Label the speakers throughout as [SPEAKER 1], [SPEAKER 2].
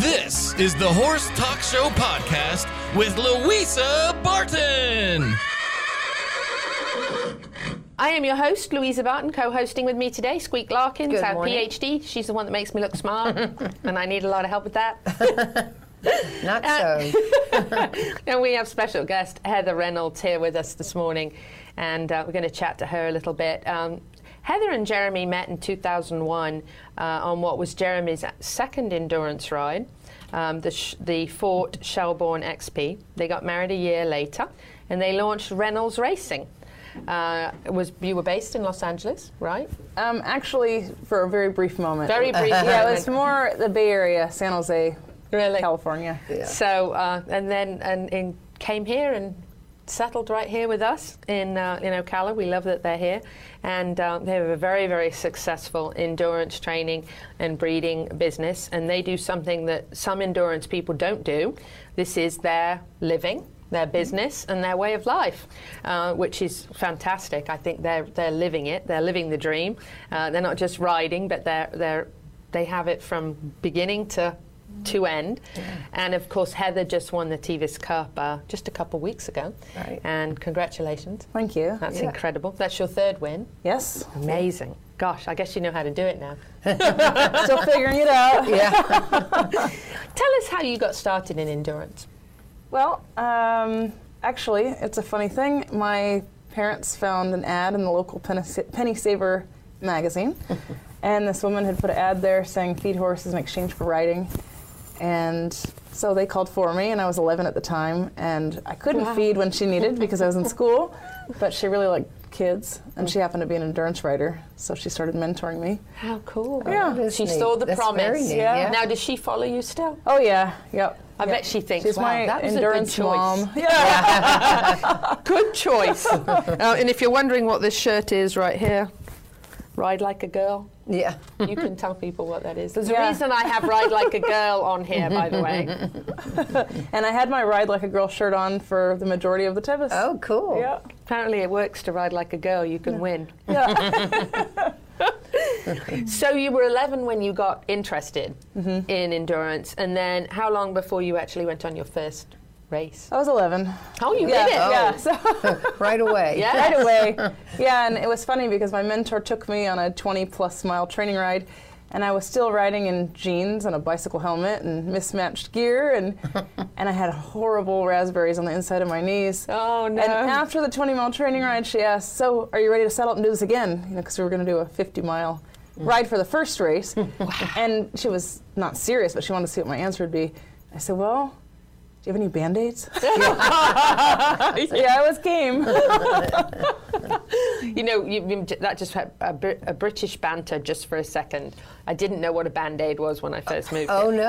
[SPEAKER 1] This is the Horse Talk Show podcast with Louisa Barton.
[SPEAKER 2] I am your host, Louisa Barton, co-hosting with me today, Squeak Larkins,
[SPEAKER 3] Good
[SPEAKER 2] our
[SPEAKER 3] morning.
[SPEAKER 2] PhD. She's the one that makes me look smart, and I need a lot of help with that.
[SPEAKER 3] Not
[SPEAKER 2] Uh,
[SPEAKER 3] so.
[SPEAKER 2] and we have special guest Heather Reynolds here with us this morning, and uh, we're going to chat to her a little bit. Um, Heather and Jeremy met in 2001 uh, on what was Jeremy's second endurance ride, um, the, sh- the Fort Shelbourne XP. They got married a year later, and they launched Reynolds Racing. Uh, it was you were based in Los Angeles, right?
[SPEAKER 4] Um, actually, for a very brief moment.
[SPEAKER 2] Very brief
[SPEAKER 4] yeah, it was
[SPEAKER 2] moment.
[SPEAKER 4] more the Bay Area, San Jose,
[SPEAKER 2] Really?
[SPEAKER 4] California.
[SPEAKER 2] So, uh, and then and, and came here and settled right here with us in uh, in Ocala. We love that they're here, and uh, they have a very very successful endurance training and breeding business. And they do something that some endurance people don't do. This is their living. Their business and their way of life, uh, which is fantastic. I think they're they're living it. They're living the dream. Uh, they're not just riding, but they're they're they have it from beginning to to end. And of course, Heather just won the Tevis Cup uh, just a couple weeks ago.
[SPEAKER 3] Right.
[SPEAKER 2] And congratulations.
[SPEAKER 4] Thank you.
[SPEAKER 2] That's incredible. That's your third win.
[SPEAKER 4] Yes,
[SPEAKER 2] Amazing. Gosh, I guess you know how to do it now.
[SPEAKER 4] still figuring it out.
[SPEAKER 3] yeah.
[SPEAKER 2] Tell us how you got started in endurance.
[SPEAKER 4] Well, um, actually, it's a funny thing. My parents found an ad in the local Penny, Penny Saver magazine, and this woman had put an ad there saying feed horses in exchange for riding. And so they called for me, and I was 11 at the time, and I couldn't feed when she needed because I was in school, but she really liked kids, and she happened to be an endurance rider, so she started mentoring me.
[SPEAKER 2] How cool.
[SPEAKER 4] Yeah. That
[SPEAKER 3] is
[SPEAKER 2] She
[SPEAKER 3] neat.
[SPEAKER 2] saw the
[SPEAKER 3] That's
[SPEAKER 2] promise.
[SPEAKER 3] very neat, yeah.
[SPEAKER 2] Now, does she follow you still?
[SPEAKER 4] Oh yeah, yep.
[SPEAKER 2] I
[SPEAKER 4] yep.
[SPEAKER 2] bet she thinks,
[SPEAKER 4] She's
[SPEAKER 2] wow,
[SPEAKER 4] my
[SPEAKER 2] that was a good
[SPEAKER 4] endurance
[SPEAKER 2] choice.
[SPEAKER 4] mom. Yeah.
[SPEAKER 2] Good choice. uh, and if you're wondering what this shirt is right here, ride like a girl.
[SPEAKER 3] Yeah.
[SPEAKER 2] You can tell people what that is. There's a
[SPEAKER 4] Yeah.
[SPEAKER 2] reason I have Ride Like a Girl on here, by the way.
[SPEAKER 4] And I had my ride like a girl shirt on for the majority of the Tevis.
[SPEAKER 3] Oh, cool.
[SPEAKER 4] Yeah.
[SPEAKER 2] Apparently, it works to ride like a girl. You can win.
[SPEAKER 4] Yeah.
[SPEAKER 2] So you were 11 when you got interested
[SPEAKER 4] Mm-hmm.
[SPEAKER 2] in endurance, and then how long before you actually went on your first race?
[SPEAKER 4] I was 11.
[SPEAKER 2] Oh, you
[SPEAKER 4] yeah.
[SPEAKER 2] did it!
[SPEAKER 4] Yeah. So
[SPEAKER 3] Right away.
[SPEAKER 2] Yeah.
[SPEAKER 4] right away. Yeah, and it was funny because my mentor took me on a 20 plus mile training ride. And I was still riding in jeans and a bicycle helmet and mismatched gear, and and I had horrible raspberries on the inside of my knees.
[SPEAKER 2] Oh, no.
[SPEAKER 4] And after the 20 mile training ride, she asked, "So, are you ready to settle up and do this again?" You know, because we were going to do a 50 mile
[SPEAKER 2] Mm.
[SPEAKER 4] ride for the first race, and she was not serious, but she wanted to see what my answer would be. I said, "Well, do you have any band aids?" yeah, I was game.
[SPEAKER 2] You know, you, you- that just had a, Br- a British banter just for a second. I didn't know what a band aid was when I first moved.
[SPEAKER 3] Oh,
[SPEAKER 2] here.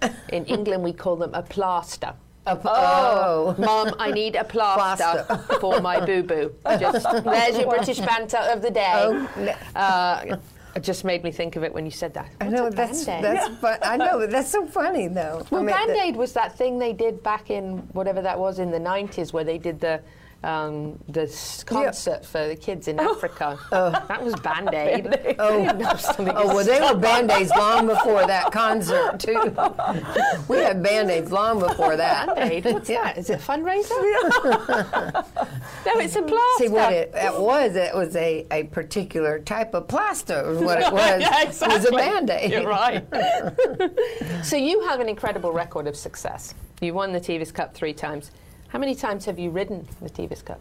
[SPEAKER 3] no.
[SPEAKER 2] In England, we call them a plaster.
[SPEAKER 3] Oh. oh.
[SPEAKER 2] Mom, I need a plaster, for my boo boo. Just there's your British banter of the day.
[SPEAKER 3] no.
[SPEAKER 2] Uh, it just made me think of it when you said that.
[SPEAKER 3] I
[SPEAKER 2] What's
[SPEAKER 3] know
[SPEAKER 2] a
[SPEAKER 3] that's
[SPEAKER 2] Band-Aid?
[SPEAKER 3] that's fun. I know but that's so funny though.
[SPEAKER 2] Well,
[SPEAKER 3] I mean,
[SPEAKER 2] Band Aid was that thing they did back in whatever that was in the 90s where they did the. Um, the s- concert for the kids in Africa. that was Band Aid. Oh,
[SPEAKER 3] the- Oh. oh well, they were band aids long before that concert too. we had band aids long before that.
[SPEAKER 2] Band Aid? What's
[SPEAKER 3] Yeah.
[SPEAKER 2] that? Is it a fundraiser? no, it's a plaster.
[SPEAKER 3] See what it, it was? It was a, a particular type of plaster. Is what it was.
[SPEAKER 2] yeah,
[SPEAKER 3] It was a
[SPEAKER 2] exactly.
[SPEAKER 3] band aid.
[SPEAKER 2] You're right. so you have an incredible record of success. You won the Tevis Cup three times. How many times have you ridden the Tevis Cup?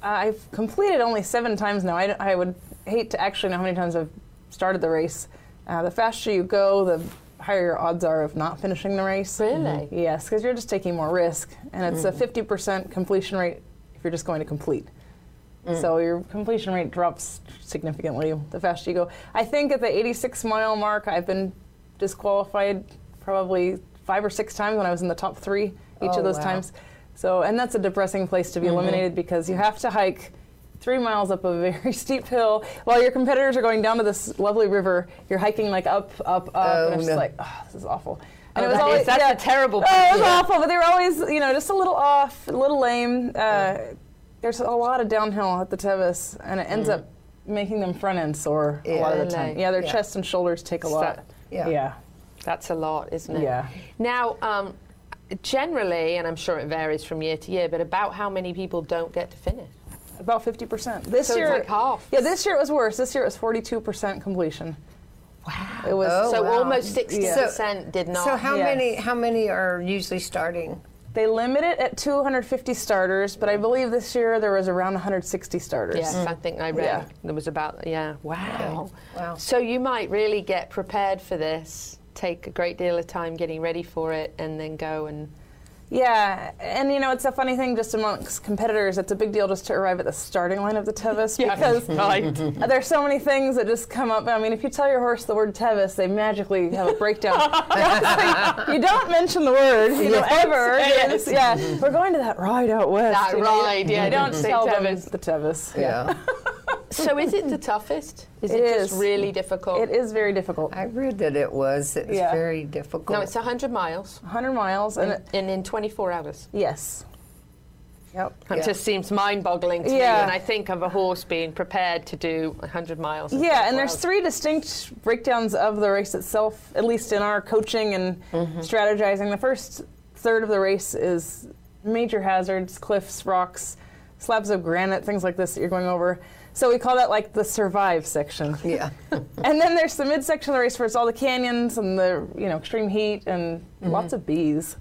[SPEAKER 4] Uh, I've completed only seven times now. I, d- I would hate to actually know how many times I've started the race. Uh, the faster you go, the higher your odds are of not finishing the race. Mm-hmm.
[SPEAKER 2] Really?
[SPEAKER 4] Yes, because you're just taking more risk, and it's
[SPEAKER 3] Mm.
[SPEAKER 4] a 50% completion rate if you're just going to complete.
[SPEAKER 3] Mm.
[SPEAKER 4] So your completion rate drops significantly the faster you go. I think at the 86 mile mark, I've been disqualified probably five or six times when I was in the top three each
[SPEAKER 3] Oh,
[SPEAKER 4] of those
[SPEAKER 3] wow.
[SPEAKER 4] times. So, and that's a depressing place
[SPEAKER 2] Mm-hmm.
[SPEAKER 4] to be eliminated because you have to hike three miles up a very steep hill while your competitors are going down to this lovely river. You're hiking like up, up, up,
[SPEAKER 3] Oh,
[SPEAKER 4] and it's
[SPEAKER 3] no.
[SPEAKER 4] just like, oh, this is awful. And
[SPEAKER 2] Oh, that is- that's a terrible
[SPEAKER 4] Oh, it was
[SPEAKER 2] place. Yeah.
[SPEAKER 4] awful, but they were always, you know, just a little off, a little lame. Uh, There's a lot of downhill at the Tevis, and it ends
[SPEAKER 2] Mm-hmm.
[SPEAKER 4] up making them front end sore a lot of the
[SPEAKER 3] Yeah.
[SPEAKER 4] time. Yeah, their
[SPEAKER 3] Yeah.
[SPEAKER 4] chest and shoulders take a
[SPEAKER 2] It's
[SPEAKER 4] lot.
[SPEAKER 2] that-
[SPEAKER 3] Yeah.
[SPEAKER 4] yeah.
[SPEAKER 2] That's a lot, isn't it?
[SPEAKER 4] Yeah.
[SPEAKER 2] Now, um, generally, and I'm sure it varies from year to year, but about how many people don't get to finish?
[SPEAKER 4] About 50%. This
[SPEAKER 2] So it's
[SPEAKER 4] year,
[SPEAKER 2] like half.
[SPEAKER 4] Yeah, this year it was worse. This year it was 42% completion. Wow. It was
[SPEAKER 3] Oh,
[SPEAKER 2] so
[SPEAKER 3] wow.
[SPEAKER 2] almost 60%
[SPEAKER 3] So-
[SPEAKER 2] did not.
[SPEAKER 3] So how
[SPEAKER 4] Yes.
[SPEAKER 3] many how many are usually starting?
[SPEAKER 4] They limit it at 250 starters, but I believe this year there was around 160 starters.
[SPEAKER 2] Yes, I think I read
[SPEAKER 4] Yeah.
[SPEAKER 2] there was about yeah. Wow.
[SPEAKER 3] Wow.
[SPEAKER 2] So you might really get prepared for this, take a great deal of time getting ready for it, and then go and
[SPEAKER 4] Yeah, and you know it's a funny thing just amongst competitors. It's a big deal just to arrive at the starting line of the Tevis because
[SPEAKER 2] Oh,
[SPEAKER 4] there's so many things that just come up. I mean, if you tell your horse the word Tevis, they magically have a breakdown. you don't mention the word, you know, ever.
[SPEAKER 2] Yes.
[SPEAKER 4] It's- Yeah, we're going to that ride out west.
[SPEAKER 2] That
[SPEAKER 4] you know, you-
[SPEAKER 2] ride, yeah,
[SPEAKER 4] You
[SPEAKER 2] don't
[SPEAKER 4] don't
[SPEAKER 2] say
[SPEAKER 4] tell them
[SPEAKER 2] Tevis.
[SPEAKER 4] the Tevis.
[SPEAKER 3] Yeah.
[SPEAKER 2] So is it the toughest? Is it,
[SPEAKER 4] It
[SPEAKER 2] just
[SPEAKER 4] is.
[SPEAKER 2] really difficult?
[SPEAKER 4] It is very difficult.
[SPEAKER 3] I read that it was. It's
[SPEAKER 4] Yeah.
[SPEAKER 3] very difficult.
[SPEAKER 2] No, it's 100 miles
[SPEAKER 4] 100 miles, and it,
[SPEAKER 2] and in 24 hours.
[SPEAKER 4] yes, yep.
[SPEAKER 2] It
[SPEAKER 3] Yeah.
[SPEAKER 2] just seems mind-boggling to me
[SPEAKER 4] Yeah.
[SPEAKER 2] when I think of a horse being prepared to do 100 miles. in
[SPEAKER 4] Yeah, and
[SPEAKER 2] 24
[SPEAKER 4] there's
[SPEAKER 2] hours.
[SPEAKER 4] three distinct breakdowns of the race itself, at least in our coaching and strategizing. The first third of the race is major hazards, cliffs, rocks, slabs of granite, things like this that you're going over. So we call that like the survive section.
[SPEAKER 3] yeah.
[SPEAKER 4] and then there's the midsection of the race where it's all the canyons and the you know extreme heat and lots of bees.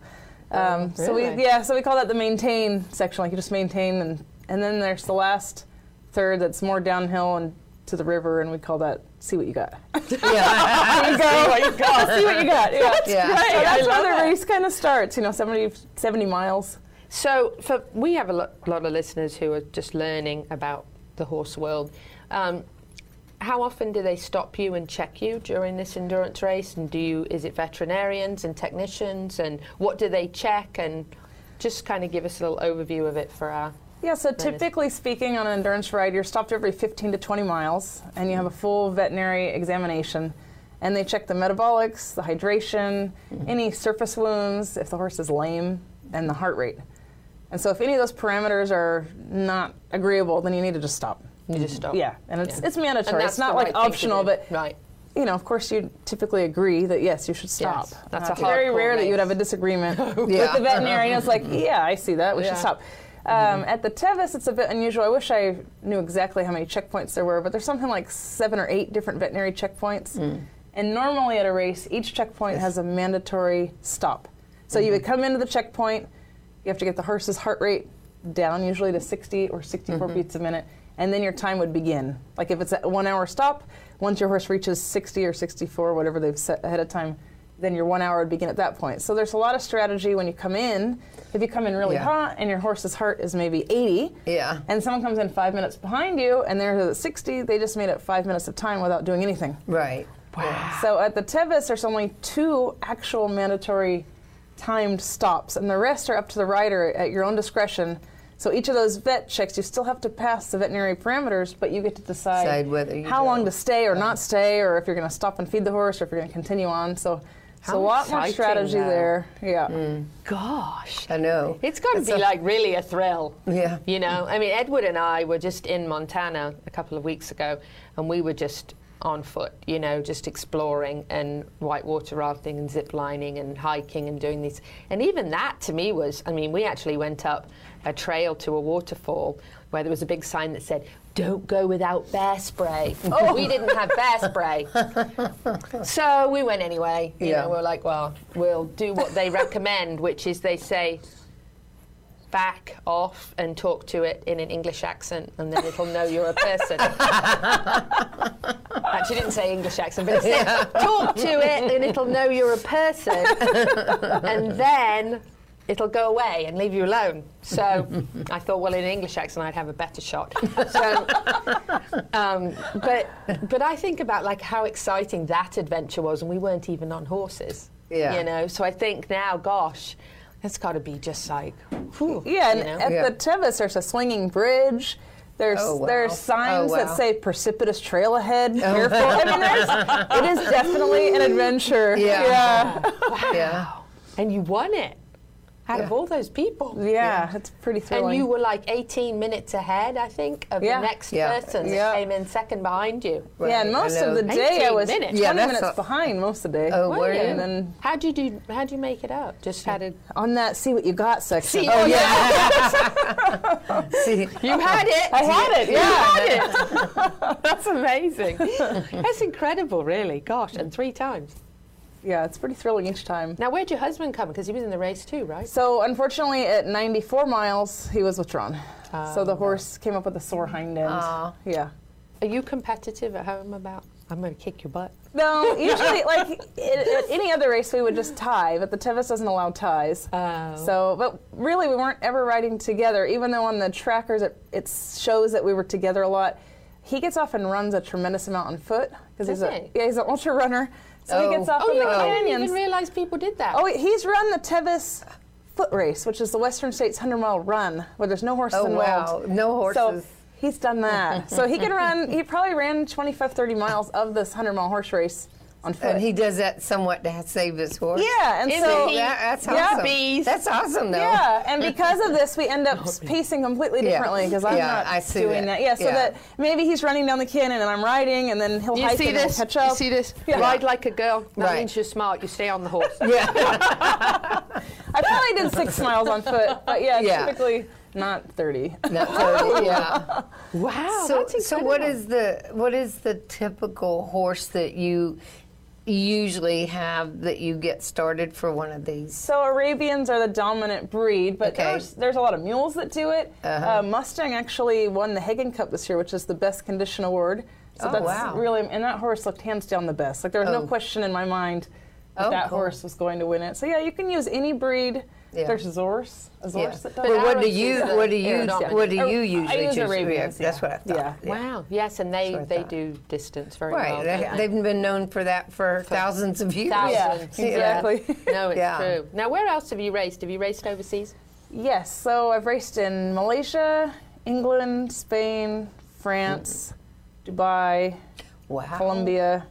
[SPEAKER 4] Um, So
[SPEAKER 2] really?
[SPEAKER 4] we yeah, so we call that the maintain section. Like you just maintain, and and then there's the last third that's more downhill and to the river, and we call that see what you got.
[SPEAKER 3] yeah.
[SPEAKER 4] see what you got. see what you got. Yeah. That's
[SPEAKER 3] Yeah. great.
[SPEAKER 4] So that's
[SPEAKER 2] love
[SPEAKER 4] where the
[SPEAKER 2] that.
[SPEAKER 4] race kind of starts. You know, 70, 70 miles.
[SPEAKER 2] So, for, we have a lo- lot of listeners who are just learning about the horse world. Um, how often do they stop you and check you during this endurance race? And do you, is it veterinarians and technicians? And what do they check? And just kind of give us a little overview of it for our.
[SPEAKER 4] Yeah, so
[SPEAKER 2] is-
[SPEAKER 4] typically speaking, on an endurance ride, you're stopped every 15 to 20 miles, and you have a full veterinary examination. And they check the metabolics, the hydration,
[SPEAKER 2] Mm-hmm.
[SPEAKER 4] any surface wounds, if the horse is lame, and the heart rate. And so, if any of those parameters are not agreeable, then you need to just stop.
[SPEAKER 2] You just stop.
[SPEAKER 4] Yeah, and it's,
[SPEAKER 2] Oh, Yeah.
[SPEAKER 4] it's mandatory.
[SPEAKER 2] And that's
[SPEAKER 4] it's not
[SPEAKER 2] the
[SPEAKER 4] like
[SPEAKER 2] right thing to
[SPEAKER 4] optional,
[SPEAKER 2] do.
[SPEAKER 4] but
[SPEAKER 2] Right.
[SPEAKER 4] you know, of course, you typically agree that yes, you should stop.
[SPEAKER 2] Yes, that's a
[SPEAKER 4] it's very
[SPEAKER 2] hardcore
[SPEAKER 4] rare that you would
[SPEAKER 2] race.
[SPEAKER 4] have a disagreement with
[SPEAKER 3] Yeah.
[SPEAKER 4] the veterinarian. It's like, yeah, I see that. We
[SPEAKER 2] Yeah.
[SPEAKER 4] should stop. Um, at the Tevis, it's a bit unusual. I wish I knew exactly how many checkpoints there were, but there's something like seven or eight different veterinary checkpoints. And normally at a race, each checkpoint has a mandatory stop. So you would come into the checkpoint, you have to get the horse's heart rate down, usually to 60 or 64 beats a minute, and then your time would begin. Like if it's a one hour stop, once your horse reaches 60 or 64, whatever they've set ahead of time, then your one hour would begin at that point. So there's a lot of strategy when you come in. If you come in really
[SPEAKER 3] Yeah.
[SPEAKER 4] hot and your horse's heart is maybe 80,
[SPEAKER 3] Yeah.
[SPEAKER 4] and someone comes in five minutes behind you and they're at 60, they just made it five minutes of time without doing anything.
[SPEAKER 3] Right.
[SPEAKER 4] So at the Tevis, there's only two actual mandatory timed stops, and the rest are up to the rider at your own discretion. So each of those vet checks, you still have to pass the veterinary parameters, but you get to decide,
[SPEAKER 3] Decide whether you
[SPEAKER 4] how
[SPEAKER 3] go.
[SPEAKER 4] long to stay or not stay, or if you're going to stop and feed the horse, or if you're going to continue on. So it's a
[SPEAKER 2] How
[SPEAKER 4] lot more
[SPEAKER 2] exciting,
[SPEAKER 4] strategy
[SPEAKER 2] though.
[SPEAKER 4] there. Yeah.
[SPEAKER 3] Hmm.
[SPEAKER 2] Gosh.
[SPEAKER 3] I know.
[SPEAKER 2] It's got to be like really a thrill.
[SPEAKER 3] Yeah.
[SPEAKER 2] You know, I mean, Edward and I were just in Montana a couple of weeks ago, and we were just on foot, you know, just exploring and whitewater rafting and zip lining and hiking and doing these. And even that to me was, I mean, we actually went up a trail to a waterfall where there was a big sign that said, don't go without bear spray. Oh, we didn't have bear spray. So we went anyway. You
[SPEAKER 3] Yeah.
[SPEAKER 2] know, we were like, well, we'll do what they recommend, which is they say, back off and talk to it in an English accent, and then it'll know you're a person. Actually, I didn't say English accent, but it said, talk to it and it'll know you're a person, and then it'll go away and leave you alone. So I thought, well, in an English accent, I'd have a better shot. So, um, but but I think about like how exciting that adventure was, and we weren't even on horses.
[SPEAKER 3] Yeah.
[SPEAKER 2] You know, so I think now, gosh. It's got to be just like, whew,
[SPEAKER 4] Yeah, and
[SPEAKER 2] you know?
[SPEAKER 4] at
[SPEAKER 3] Yeah.
[SPEAKER 4] the Tevis, there's a swinging bridge. There's
[SPEAKER 3] Oh, wow.
[SPEAKER 4] there's signs
[SPEAKER 3] Oh, wow. Oh.
[SPEAKER 4] that say precipitous trail ahead. Careful. I mean, there's, it is definitely an adventure.
[SPEAKER 3] Yeah.
[SPEAKER 4] yeah.
[SPEAKER 3] Yeah.
[SPEAKER 2] and you won it. out of all those people.
[SPEAKER 4] Yeah, it's pretty thrilling.
[SPEAKER 2] And you were like 18 minutes ahead, I think, of
[SPEAKER 4] Yeah.
[SPEAKER 2] the next
[SPEAKER 3] Yeah.
[SPEAKER 2] person
[SPEAKER 4] Yeah.
[SPEAKER 2] that came in second behind you.
[SPEAKER 4] yeah, and
[SPEAKER 3] Right, I
[SPEAKER 4] most of
[SPEAKER 3] know.
[SPEAKER 4] the day I
[SPEAKER 2] 18
[SPEAKER 4] was
[SPEAKER 2] minutes.
[SPEAKER 4] 20
[SPEAKER 3] Yeah, that's
[SPEAKER 4] minutes
[SPEAKER 3] not-
[SPEAKER 4] behind most of the day.
[SPEAKER 3] Oh, were
[SPEAKER 2] you?
[SPEAKER 4] And then
[SPEAKER 2] How'd you do? How'd you make it up? Just had
[SPEAKER 3] Oh,
[SPEAKER 2] a.
[SPEAKER 4] on that see what you got section.
[SPEAKER 2] See- Oh,
[SPEAKER 3] yeah. See,
[SPEAKER 2] You had it.
[SPEAKER 4] I had it, yeah.
[SPEAKER 2] That's amazing. That's incredible, really. Gosh, and three times.
[SPEAKER 4] Yeah, it's pretty thrilling each time.
[SPEAKER 2] Now, where'd your husband come? Because he was in the race too, right?
[SPEAKER 4] So unfortunately, at 94 miles, he was withdrawn.
[SPEAKER 2] Oh,
[SPEAKER 4] so the horse came up with a sore hind end.
[SPEAKER 3] Aw.
[SPEAKER 4] Yeah.
[SPEAKER 2] Are you competitive at home about? I'm going to kick your butt.
[SPEAKER 4] No, usually, like at, at any other race, we would just tie, but the Tevis doesn't allow ties.
[SPEAKER 2] Oh.
[SPEAKER 4] So, but really, we weren't ever riding together. Even though on the trackers it, it shows that we were together a lot, he gets off and runs a tremendous amount on foot because he's
[SPEAKER 2] Does
[SPEAKER 4] a
[SPEAKER 2] he?
[SPEAKER 4] yeah he's an ultra runner. So
[SPEAKER 3] Oh.
[SPEAKER 4] he gets off
[SPEAKER 2] Oh,
[SPEAKER 4] in
[SPEAKER 2] you
[SPEAKER 4] the
[SPEAKER 2] I didn't
[SPEAKER 4] canyons.
[SPEAKER 2] even realize people did that.
[SPEAKER 4] Oh, he's run the Tevis foot race, which is the Western States 100 mile run where there's no horses
[SPEAKER 3] Oh,
[SPEAKER 4] involved.
[SPEAKER 3] wow. No
[SPEAKER 4] So
[SPEAKER 3] horses.
[SPEAKER 4] he's done that. so he can run, he probably ran 25, 30 miles of this 100 mile horse race on foot.
[SPEAKER 3] and he does that somewhat to ha- save his horse. Oh,
[SPEAKER 4] yeah, and
[SPEAKER 2] Isn't
[SPEAKER 4] so.
[SPEAKER 2] he-
[SPEAKER 3] That- that's
[SPEAKER 4] Yeah.
[SPEAKER 3] awesome.
[SPEAKER 2] Bees.
[SPEAKER 3] That's awesome, though.
[SPEAKER 4] Yeah, and because of this, we end up pacing completely
[SPEAKER 3] Yeah.
[SPEAKER 4] differently because I'm
[SPEAKER 3] Yeah,
[SPEAKER 4] not
[SPEAKER 3] I see
[SPEAKER 4] doing
[SPEAKER 3] that.
[SPEAKER 4] that. Yeah, so
[SPEAKER 3] Yeah.
[SPEAKER 4] that maybe he's running down the canyon and I'm riding, and then he'll hike and we'll catch up.
[SPEAKER 2] this?
[SPEAKER 4] Yeah.
[SPEAKER 2] Ride like a girl. That
[SPEAKER 3] Right.
[SPEAKER 2] means you're smart. You stay on the horse.
[SPEAKER 3] Yeah.
[SPEAKER 4] I probably did six miles on foot, but yeah,
[SPEAKER 3] Yeah.
[SPEAKER 4] typically not 30.
[SPEAKER 3] Not 30, yeah.
[SPEAKER 2] wow,
[SPEAKER 3] so,
[SPEAKER 2] Oh. that's
[SPEAKER 3] so what
[SPEAKER 2] incredible.
[SPEAKER 3] is the what is the typical horse that you usually have that you get started for one of these?
[SPEAKER 4] So Arabians are the dominant breed, but
[SPEAKER 3] Okay. Uh-huh.
[SPEAKER 4] there's, there's a lot of mules that do it. Uh, Mustang actually won the Hagen Cup this year, which is the best condition award. So
[SPEAKER 3] Oh,
[SPEAKER 4] that's
[SPEAKER 3] wow.
[SPEAKER 4] really, and that horse looked hands down the best. Like there was
[SPEAKER 3] Oh.
[SPEAKER 4] no question in my mind that
[SPEAKER 3] Oh,
[SPEAKER 4] that
[SPEAKER 3] cool.
[SPEAKER 4] horse was going to win it. So yeah, you can use any breed.
[SPEAKER 3] Yeah.
[SPEAKER 4] There's Azores,
[SPEAKER 3] Yeah.
[SPEAKER 4] Azores that does
[SPEAKER 3] Well,
[SPEAKER 4] it.
[SPEAKER 3] what do
[SPEAKER 2] Arabs
[SPEAKER 3] you
[SPEAKER 2] use the
[SPEAKER 3] what do you
[SPEAKER 2] Arabs, yeah.
[SPEAKER 3] what do you
[SPEAKER 4] I
[SPEAKER 3] usually
[SPEAKER 4] use
[SPEAKER 3] choose?
[SPEAKER 4] Arabians,
[SPEAKER 3] That's
[SPEAKER 4] yeah.
[SPEAKER 3] what I thought.
[SPEAKER 4] Yeah.
[SPEAKER 2] Wow. Yes, and they,
[SPEAKER 3] what I
[SPEAKER 2] they
[SPEAKER 3] thought.
[SPEAKER 2] do distance very well.
[SPEAKER 3] Right.
[SPEAKER 2] don't
[SPEAKER 3] They-
[SPEAKER 2] they?
[SPEAKER 3] They've been known for that for thousands of years.
[SPEAKER 2] Thousands.
[SPEAKER 4] Yeah, exactly.
[SPEAKER 2] No, it's
[SPEAKER 3] Yeah.
[SPEAKER 2] true. Now, where else have you raced? Have you raced overseas?
[SPEAKER 4] Yes, so I've raced in Malaysia, England, Spain, France, Dubai,
[SPEAKER 3] Wow.
[SPEAKER 4] Colombia,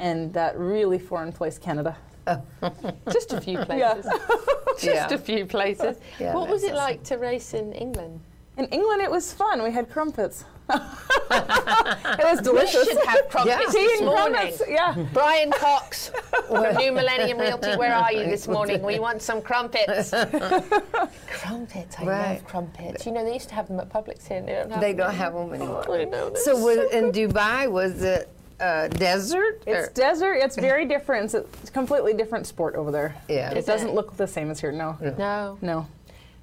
[SPEAKER 4] and that really foreign place, Canada.
[SPEAKER 2] Just a few places. Just
[SPEAKER 3] Yeah.
[SPEAKER 2] a few places.
[SPEAKER 3] Yeah,
[SPEAKER 2] what was
[SPEAKER 3] that's
[SPEAKER 2] it like to race in England?
[SPEAKER 4] In England, it was fun. We had crumpets. it was delicious.
[SPEAKER 2] should have crumpets
[SPEAKER 4] Tea
[SPEAKER 2] this
[SPEAKER 4] and
[SPEAKER 2] morning.
[SPEAKER 4] crumpets, yeah.
[SPEAKER 2] Brian Cox from New Millennium Realty, where are you this morning? We want some crumpets. crumpets, I
[SPEAKER 3] Right.
[SPEAKER 2] love crumpets. You know, they used to have them at Publix here. and They don't have
[SPEAKER 3] They
[SPEAKER 2] them
[SPEAKER 3] don't have them anymore.
[SPEAKER 2] I know, that's
[SPEAKER 3] so was, in Dubai, was it uh, desert?
[SPEAKER 4] It's
[SPEAKER 3] or-
[SPEAKER 4] desert. It's very different. It's a completely different sport over there.
[SPEAKER 3] Yeah.
[SPEAKER 4] It
[SPEAKER 3] Is
[SPEAKER 4] doesn't
[SPEAKER 2] it?
[SPEAKER 4] look the same as here, no.
[SPEAKER 2] No.
[SPEAKER 4] No.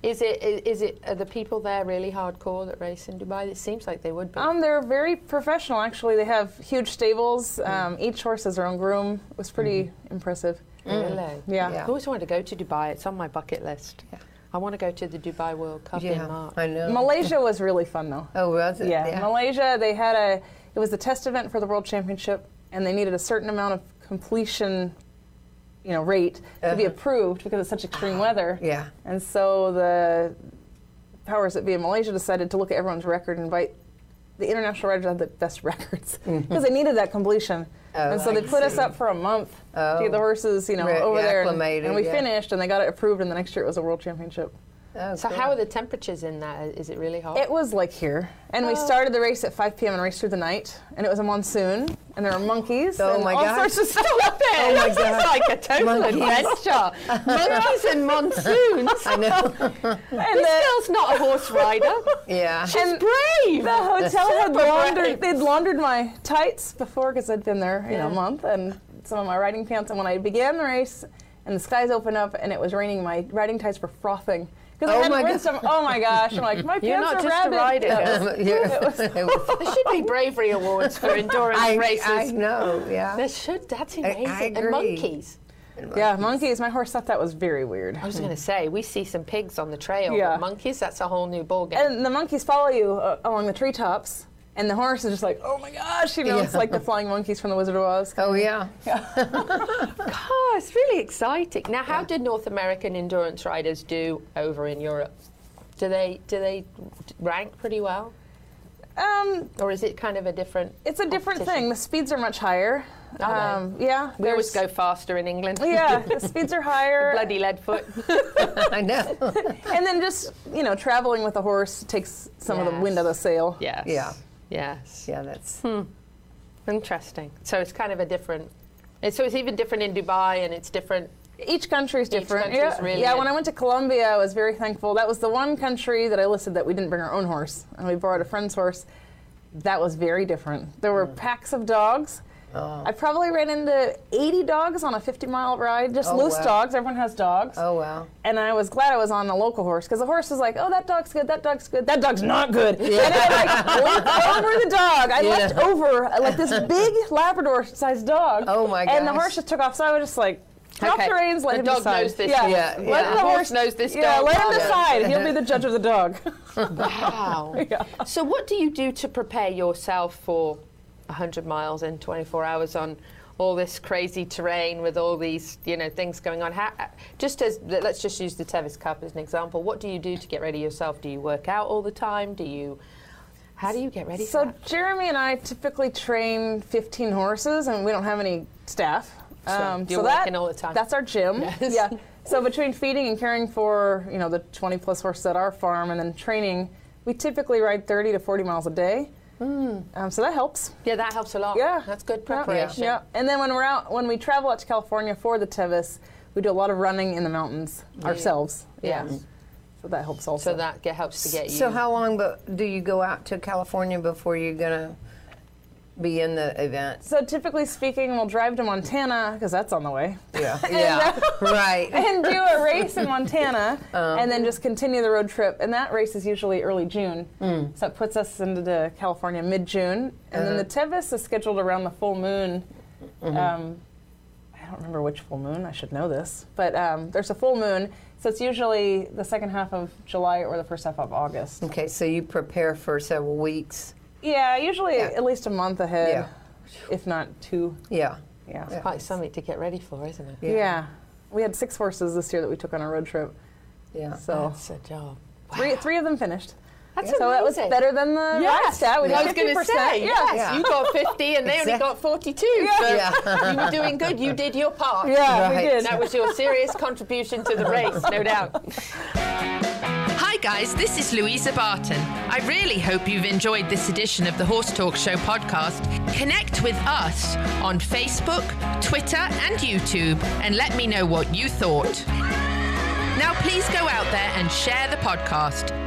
[SPEAKER 2] Is it, is, is it, are the people there really hardcore that race in Dubai? It seems like they would be.
[SPEAKER 4] Um, they're very professional, actually. They have huge stables.
[SPEAKER 2] Mm.
[SPEAKER 4] Um, each horse has their own groom. It was pretty
[SPEAKER 2] Mm-hmm.
[SPEAKER 4] impressive.
[SPEAKER 2] Really?
[SPEAKER 4] Yeah.
[SPEAKER 2] I always wanted to go to Dubai. It's on my bucket list. I want to go to the Dubai World Cup in
[SPEAKER 3] yeah,
[SPEAKER 2] March.
[SPEAKER 3] I know.
[SPEAKER 4] Malaysia was really fun, though.
[SPEAKER 3] oh, was it?
[SPEAKER 4] Yeah, Malaysia. They had a. It was a test event for the World Championship, and they needed a certain amount of completion, you know, rate to be approved because it's such extreme weather.
[SPEAKER 3] Uh-huh. Ah, yeah.
[SPEAKER 4] And so the powers that be in Malaysia decided to look at everyone's record and invite the international riders that had the best records because they needed that completion.
[SPEAKER 3] Mm-hmm. Oh,
[SPEAKER 4] and so
[SPEAKER 3] I
[SPEAKER 4] they put us up for a month to get the
[SPEAKER 3] Oh.
[SPEAKER 4] horses, you know,
[SPEAKER 3] Re-
[SPEAKER 4] over there, and,
[SPEAKER 3] acclimated,
[SPEAKER 4] and we
[SPEAKER 3] yeah.
[SPEAKER 4] finished, and they got it approved, and the next year it was a world championship.
[SPEAKER 3] Oh,
[SPEAKER 2] So
[SPEAKER 3] cool.
[SPEAKER 2] how are the temperatures in that? Is it really hot?
[SPEAKER 4] It was like here, and we started the race at 5 p.m. and raced through the night, and it was a monsoon, and there were monkeys,
[SPEAKER 3] Oh
[SPEAKER 4] and
[SPEAKER 3] my
[SPEAKER 4] all
[SPEAKER 3] gosh.
[SPEAKER 4] sorts of stuff.
[SPEAKER 3] Oh my
[SPEAKER 2] This is
[SPEAKER 3] God.
[SPEAKER 2] like a total
[SPEAKER 3] Monkeys.
[SPEAKER 2] adventure. Monkeys and monsoons.
[SPEAKER 3] I know.
[SPEAKER 4] and
[SPEAKER 2] This
[SPEAKER 4] the,
[SPEAKER 2] girl's not a horse rider.
[SPEAKER 3] yeah.
[SPEAKER 4] and
[SPEAKER 2] Brave.
[SPEAKER 4] the hotel had
[SPEAKER 2] Super
[SPEAKER 4] laundered,
[SPEAKER 2] brave.
[SPEAKER 4] they'd laundered my tights before because I'd been there, you know, a
[SPEAKER 2] Yeah.
[SPEAKER 4] month, and some of my riding pants. And when I began the race, and the skies opened up, and it was raining, my riding tights were frothing. Because
[SPEAKER 3] Oh
[SPEAKER 4] I
[SPEAKER 3] my
[SPEAKER 4] had rinsed them. Oh my gosh! I'm like, my
[SPEAKER 2] You're
[SPEAKER 4] pants
[SPEAKER 2] not
[SPEAKER 4] are
[SPEAKER 2] just a
[SPEAKER 4] rabid.
[SPEAKER 2] rider.
[SPEAKER 3] Yeah.
[SPEAKER 2] There should be bravery awards for endurance
[SPEAKER 3] I,
[SPEAKER 2] races.
[SPEAKER 3] I know. Yeah.
[SPEAKER 2] there should. That's amazing.
[SPEAKER 3] agree.
[SPEAKER 2] And monkeys.
[SPEAKER 4] Yeah, monkeys. My horse thought that was very weird.
[SPEAKER 2] I was going to say, we see some pigs on the trail,
[SPEAKER 4] Yeah.
[SPEAKER 2] but monkeys, that's a whole new ballgame.
[SPEAKER 4] and the monkeys follow you uh, along the treetops, and the horse is just like, oh my gosh, you know, it's
[SPEAKER 3] Yeah.
[SPEAKER 4] like the flying monkeys from the Wizard of Oz.
[SPEAKER 3] Oh yeah.
[SPEAKER 2] Oh, it's really exciting. Now, how did North American endurance riders do over in Europe? Do they do they rank pretty well,
[SPEAKER 4] Um,
[SPEAKER 2] or is it kind of a different?
[SPEAKER 4] it's a different
[SPEAKER 2] competition? Oh,
[SPEAKER 4] thing. The speeds are much higher. Um, yeah,
[SPEAKER 2] We always
[SPEAKER 4] there's-
[SPEAKER 2] go faster in England.
[SPEAKER 4] Yeah, the speeds are higher.
[SPEAKER 2] Bloody Leadfoot.
[SPEAKER 3] I know.
[SPEAKER 4] And then just you know, traveling with a horse takes some of the
[SPEAKER 2] Yes.
[SPEAKER 4] wind out of the sail.
[SPEAKER 2] yes.
[SPEAKER 3] Yeah.
[SPEAKER 2] Yes.
[SPEAKER 3] yeah, that's
[SPEAKER 2] Interesting. So it's kind of a different. and So it's even different in Dubai, and it's different.
[SPEAKER 4] Each country is different.
[SPEAKER 2] country's
[SPEAKER 4] yeah.
[SPEAKER 2] really
[SPEAKER 4] yeah,
[SPEAKER 2] good.
[SPEAKER 4] when I went to Colombia, I was very thankful. That was the one country that I listed that we didn't bring our own horse, and we borrowed a friend's horse. That was very different. There were packs of dogs. I probably ran into 80 dogs on a 50 mile ride, just
[SPEAKER 3] Oh,
[SPEAKER 4] loose
[SPEAKER 3] wow.
[SPEAKER 4] dogs. Everyone has dogs.
[SPEAKER 3] oh wow.
[SPEAKER 4] And I was glad I was on the local horse because the horse was like, "Oh, that dog's good. That dog's good. That dog's not good." And I like over the dog. I left over uh, like this big Labrador-sized dog.
[SPEAKER 3] Oh, my
[SPEAKER 4] And the
[SPEAKER 3] gosh.
[SPEAKER 4] horse just took off. So I was just like, "Drop
[SPEAKER 2] Okay.
[SPEAKER 4] the reins. Let
[SPEAKER 2] The
[SPEAKER 4] him
[SPEAKER 2] dog
[SPEAKER 4] decide."
[SPEAKER 2] knows this
[SPEAKER 4] Yeah.
[SPEAKER 2] dog.
[SPEAKER 3] Yeah,
[SPEAKER 4] Let
[SPEAKER 3] yeah.
[SPEAKER 4] the
[SPEAKER 2] horse
[SPEAKER 4] horse
[SPEAKER 2] knows this
[SPEAKER 4] Yeah,
[SPEAKER 2] dog.
[SPEAKER 4] let him
[SPEAKER 2] Yeah.
[SPEAKER 4] decide. He'll be the judge of the dog.
[SPEAKER 2] Wow. So what do you do to prepare yourself for 100 miles in 24 hours on all this crazy terrain with all these, you know, things going on? How, just as let's just use the Tevis Cup as an example. What do you do to get ready yourself? Do you work out all the time? Do you? How do you get ready? for
[SPEAKER 4] So
[SPEAKER 2] that?
[SPEAKER 4] Jeremy and I typically train 15 horses, and we don't have any staff. Um,
[SPEAKER 2] you're working all the time.
[SPEAKER 4] That's our gym.
[SPEAKER 2] Yes.
[SPEAKER 4] Yeah. So between feeding and caring for you know the 20 plus horses at our farm, and then training, we typically ride 30 to 40 miles a day. Um, so that helps.
[SPEAKER 2] yeah, that helps a lot.
[SPEAKER 4] Yeah.
[SPEAKER 2] Hmm. that's good
[SPEAKER 4] Yeah, yeah,
[SPEAKER 2] preparation.
[SPEAKER 4] Yeah. And then when we're out, when we travel out to California for the Tevis, we do a lot of running in the mountains ourselves.
[SPEAKER 2] Yeah.
[SPEAKER 4] So that helps also.
[SPEAKER 2] So that get, helps to get you.
[SPEAKER 3] So how long but do you go out to California before you're gonna be in the event?
[SPEAKER 4] so typically speaking, we'll drive to Montana because that's on the way.
[SPEAKER 3] Yeah, yeah, right.
[SPEAKER 4] and do a race in Montana, and then just continue the road trip. And that race is usually early June, so it puts us into the California mid June, and then the Tevis is scheduled around the full moon. Um, I don't remember which full moon. I should know this, but um, there's a full moon, so it's usually the second half of July or the first half of August.
[SPEAKER 3] Okay, so you prepare for several weeks.
[SPEAKER 4] Yeah, usually at least a month ahead,
[SPEAKER 3] Yeah.
[SPEAKER 4] if not two.
[SPEAKER 3] Yeah,
[SPEAKER 4] Yeah.
[SPEAKER 3] Yeah.
[SPEAKER 2] Quite something to get ready for, isn't it?
[SPEAKER 4] yeah, We had six horses this year that we took on a road trip,
[SPEAKER 3] yeah.
[SPEAKER 4] so.
[SPEAKER 2] That's a job.
[SPEAKER 4] Three, three of them finished.
[SPEAKER 2] That's
[SPEAKER 4] so that was
[SPEAKER 2] amazing.
[SPEAKER 4] better than the ride stat. We
[SPEAKER 2] I
[SPEAKER 4] got
[SPEAKER 2] was going to
[SPEAKER 4] 50%.
[SPEAKER 2] say, yes,
[SPEAKER 3] Yeah.
[SPEAKER 2] you got 50 and they only
[SPEAKER 3] Exact-
[SPEAKER 2] got 42. So you were doing good. You did your part.
[SPEAKER 4] Yeah,
[SPEAKER 3] Right.
[SPEAKER 4] we did.
[SPEAKER 2] And that was your serious contribution to the race, no doubt. Hi, guys, this is Louisa Barton. I really hope you've enjoyed this edition of the Horse Talk Show podcast. Connect with us on Facebook, Twitter, and YouTube and let me know what you thought. Now, please go out there and share the podcast.